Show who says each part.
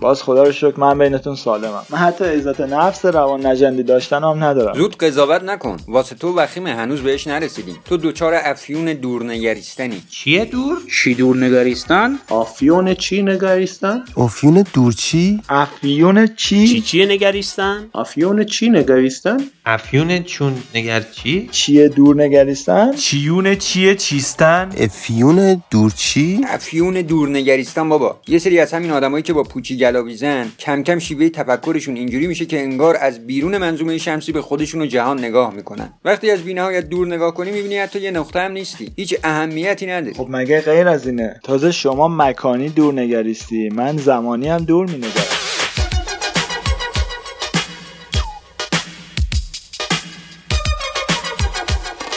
Speaker 1: باز خدا رو شکر من بینتون سالمم من حتی عزت نفس روان نجندی داشتن هم ندارم
Speaker 2: زود قضاوت نکن واسه تو وخیمه هنوز بهش نرسیدیم تو دوچار افیون دورنگریستنی
Speaker 3: چیه دور؟
Speaker 4: چی دور نگریستان؟
Speaker 5: آفیون چی نگریستن؟
Speaker 6: آفیون دورچی؟
Speaker 1: افیون
Speaker 4: چی
Speaker 1: چی
Speaker 4: چیه نگریستان؟
Speaker 5: آفیون چی نگریستن؟
Speaker 3: افیون چون نگر چی؟
Speaker 1: چیه دور نگریستن
Speaker 7: چیون چیه چیستن
Speaker 6: افیون دورچی؟
Speaker 2: افیون دورنگریستان بابا یه سری از همین آدمایی که با پوچی گلاویزن کم کم شیوه تفکرشون اینجوری میشه که انگار از بیرون منظومه شمسی به خودشون و جهان نگاه میکنن وقتی از بینهایت دور نگاه کنی میبینی حتی یه نقطه هم نیستی هیچ اهمیتی نداری
Speaker 1: خب مگه غیر از اینه تازه شما مکانی دور نگریستی من زمانی هم دور مینگرم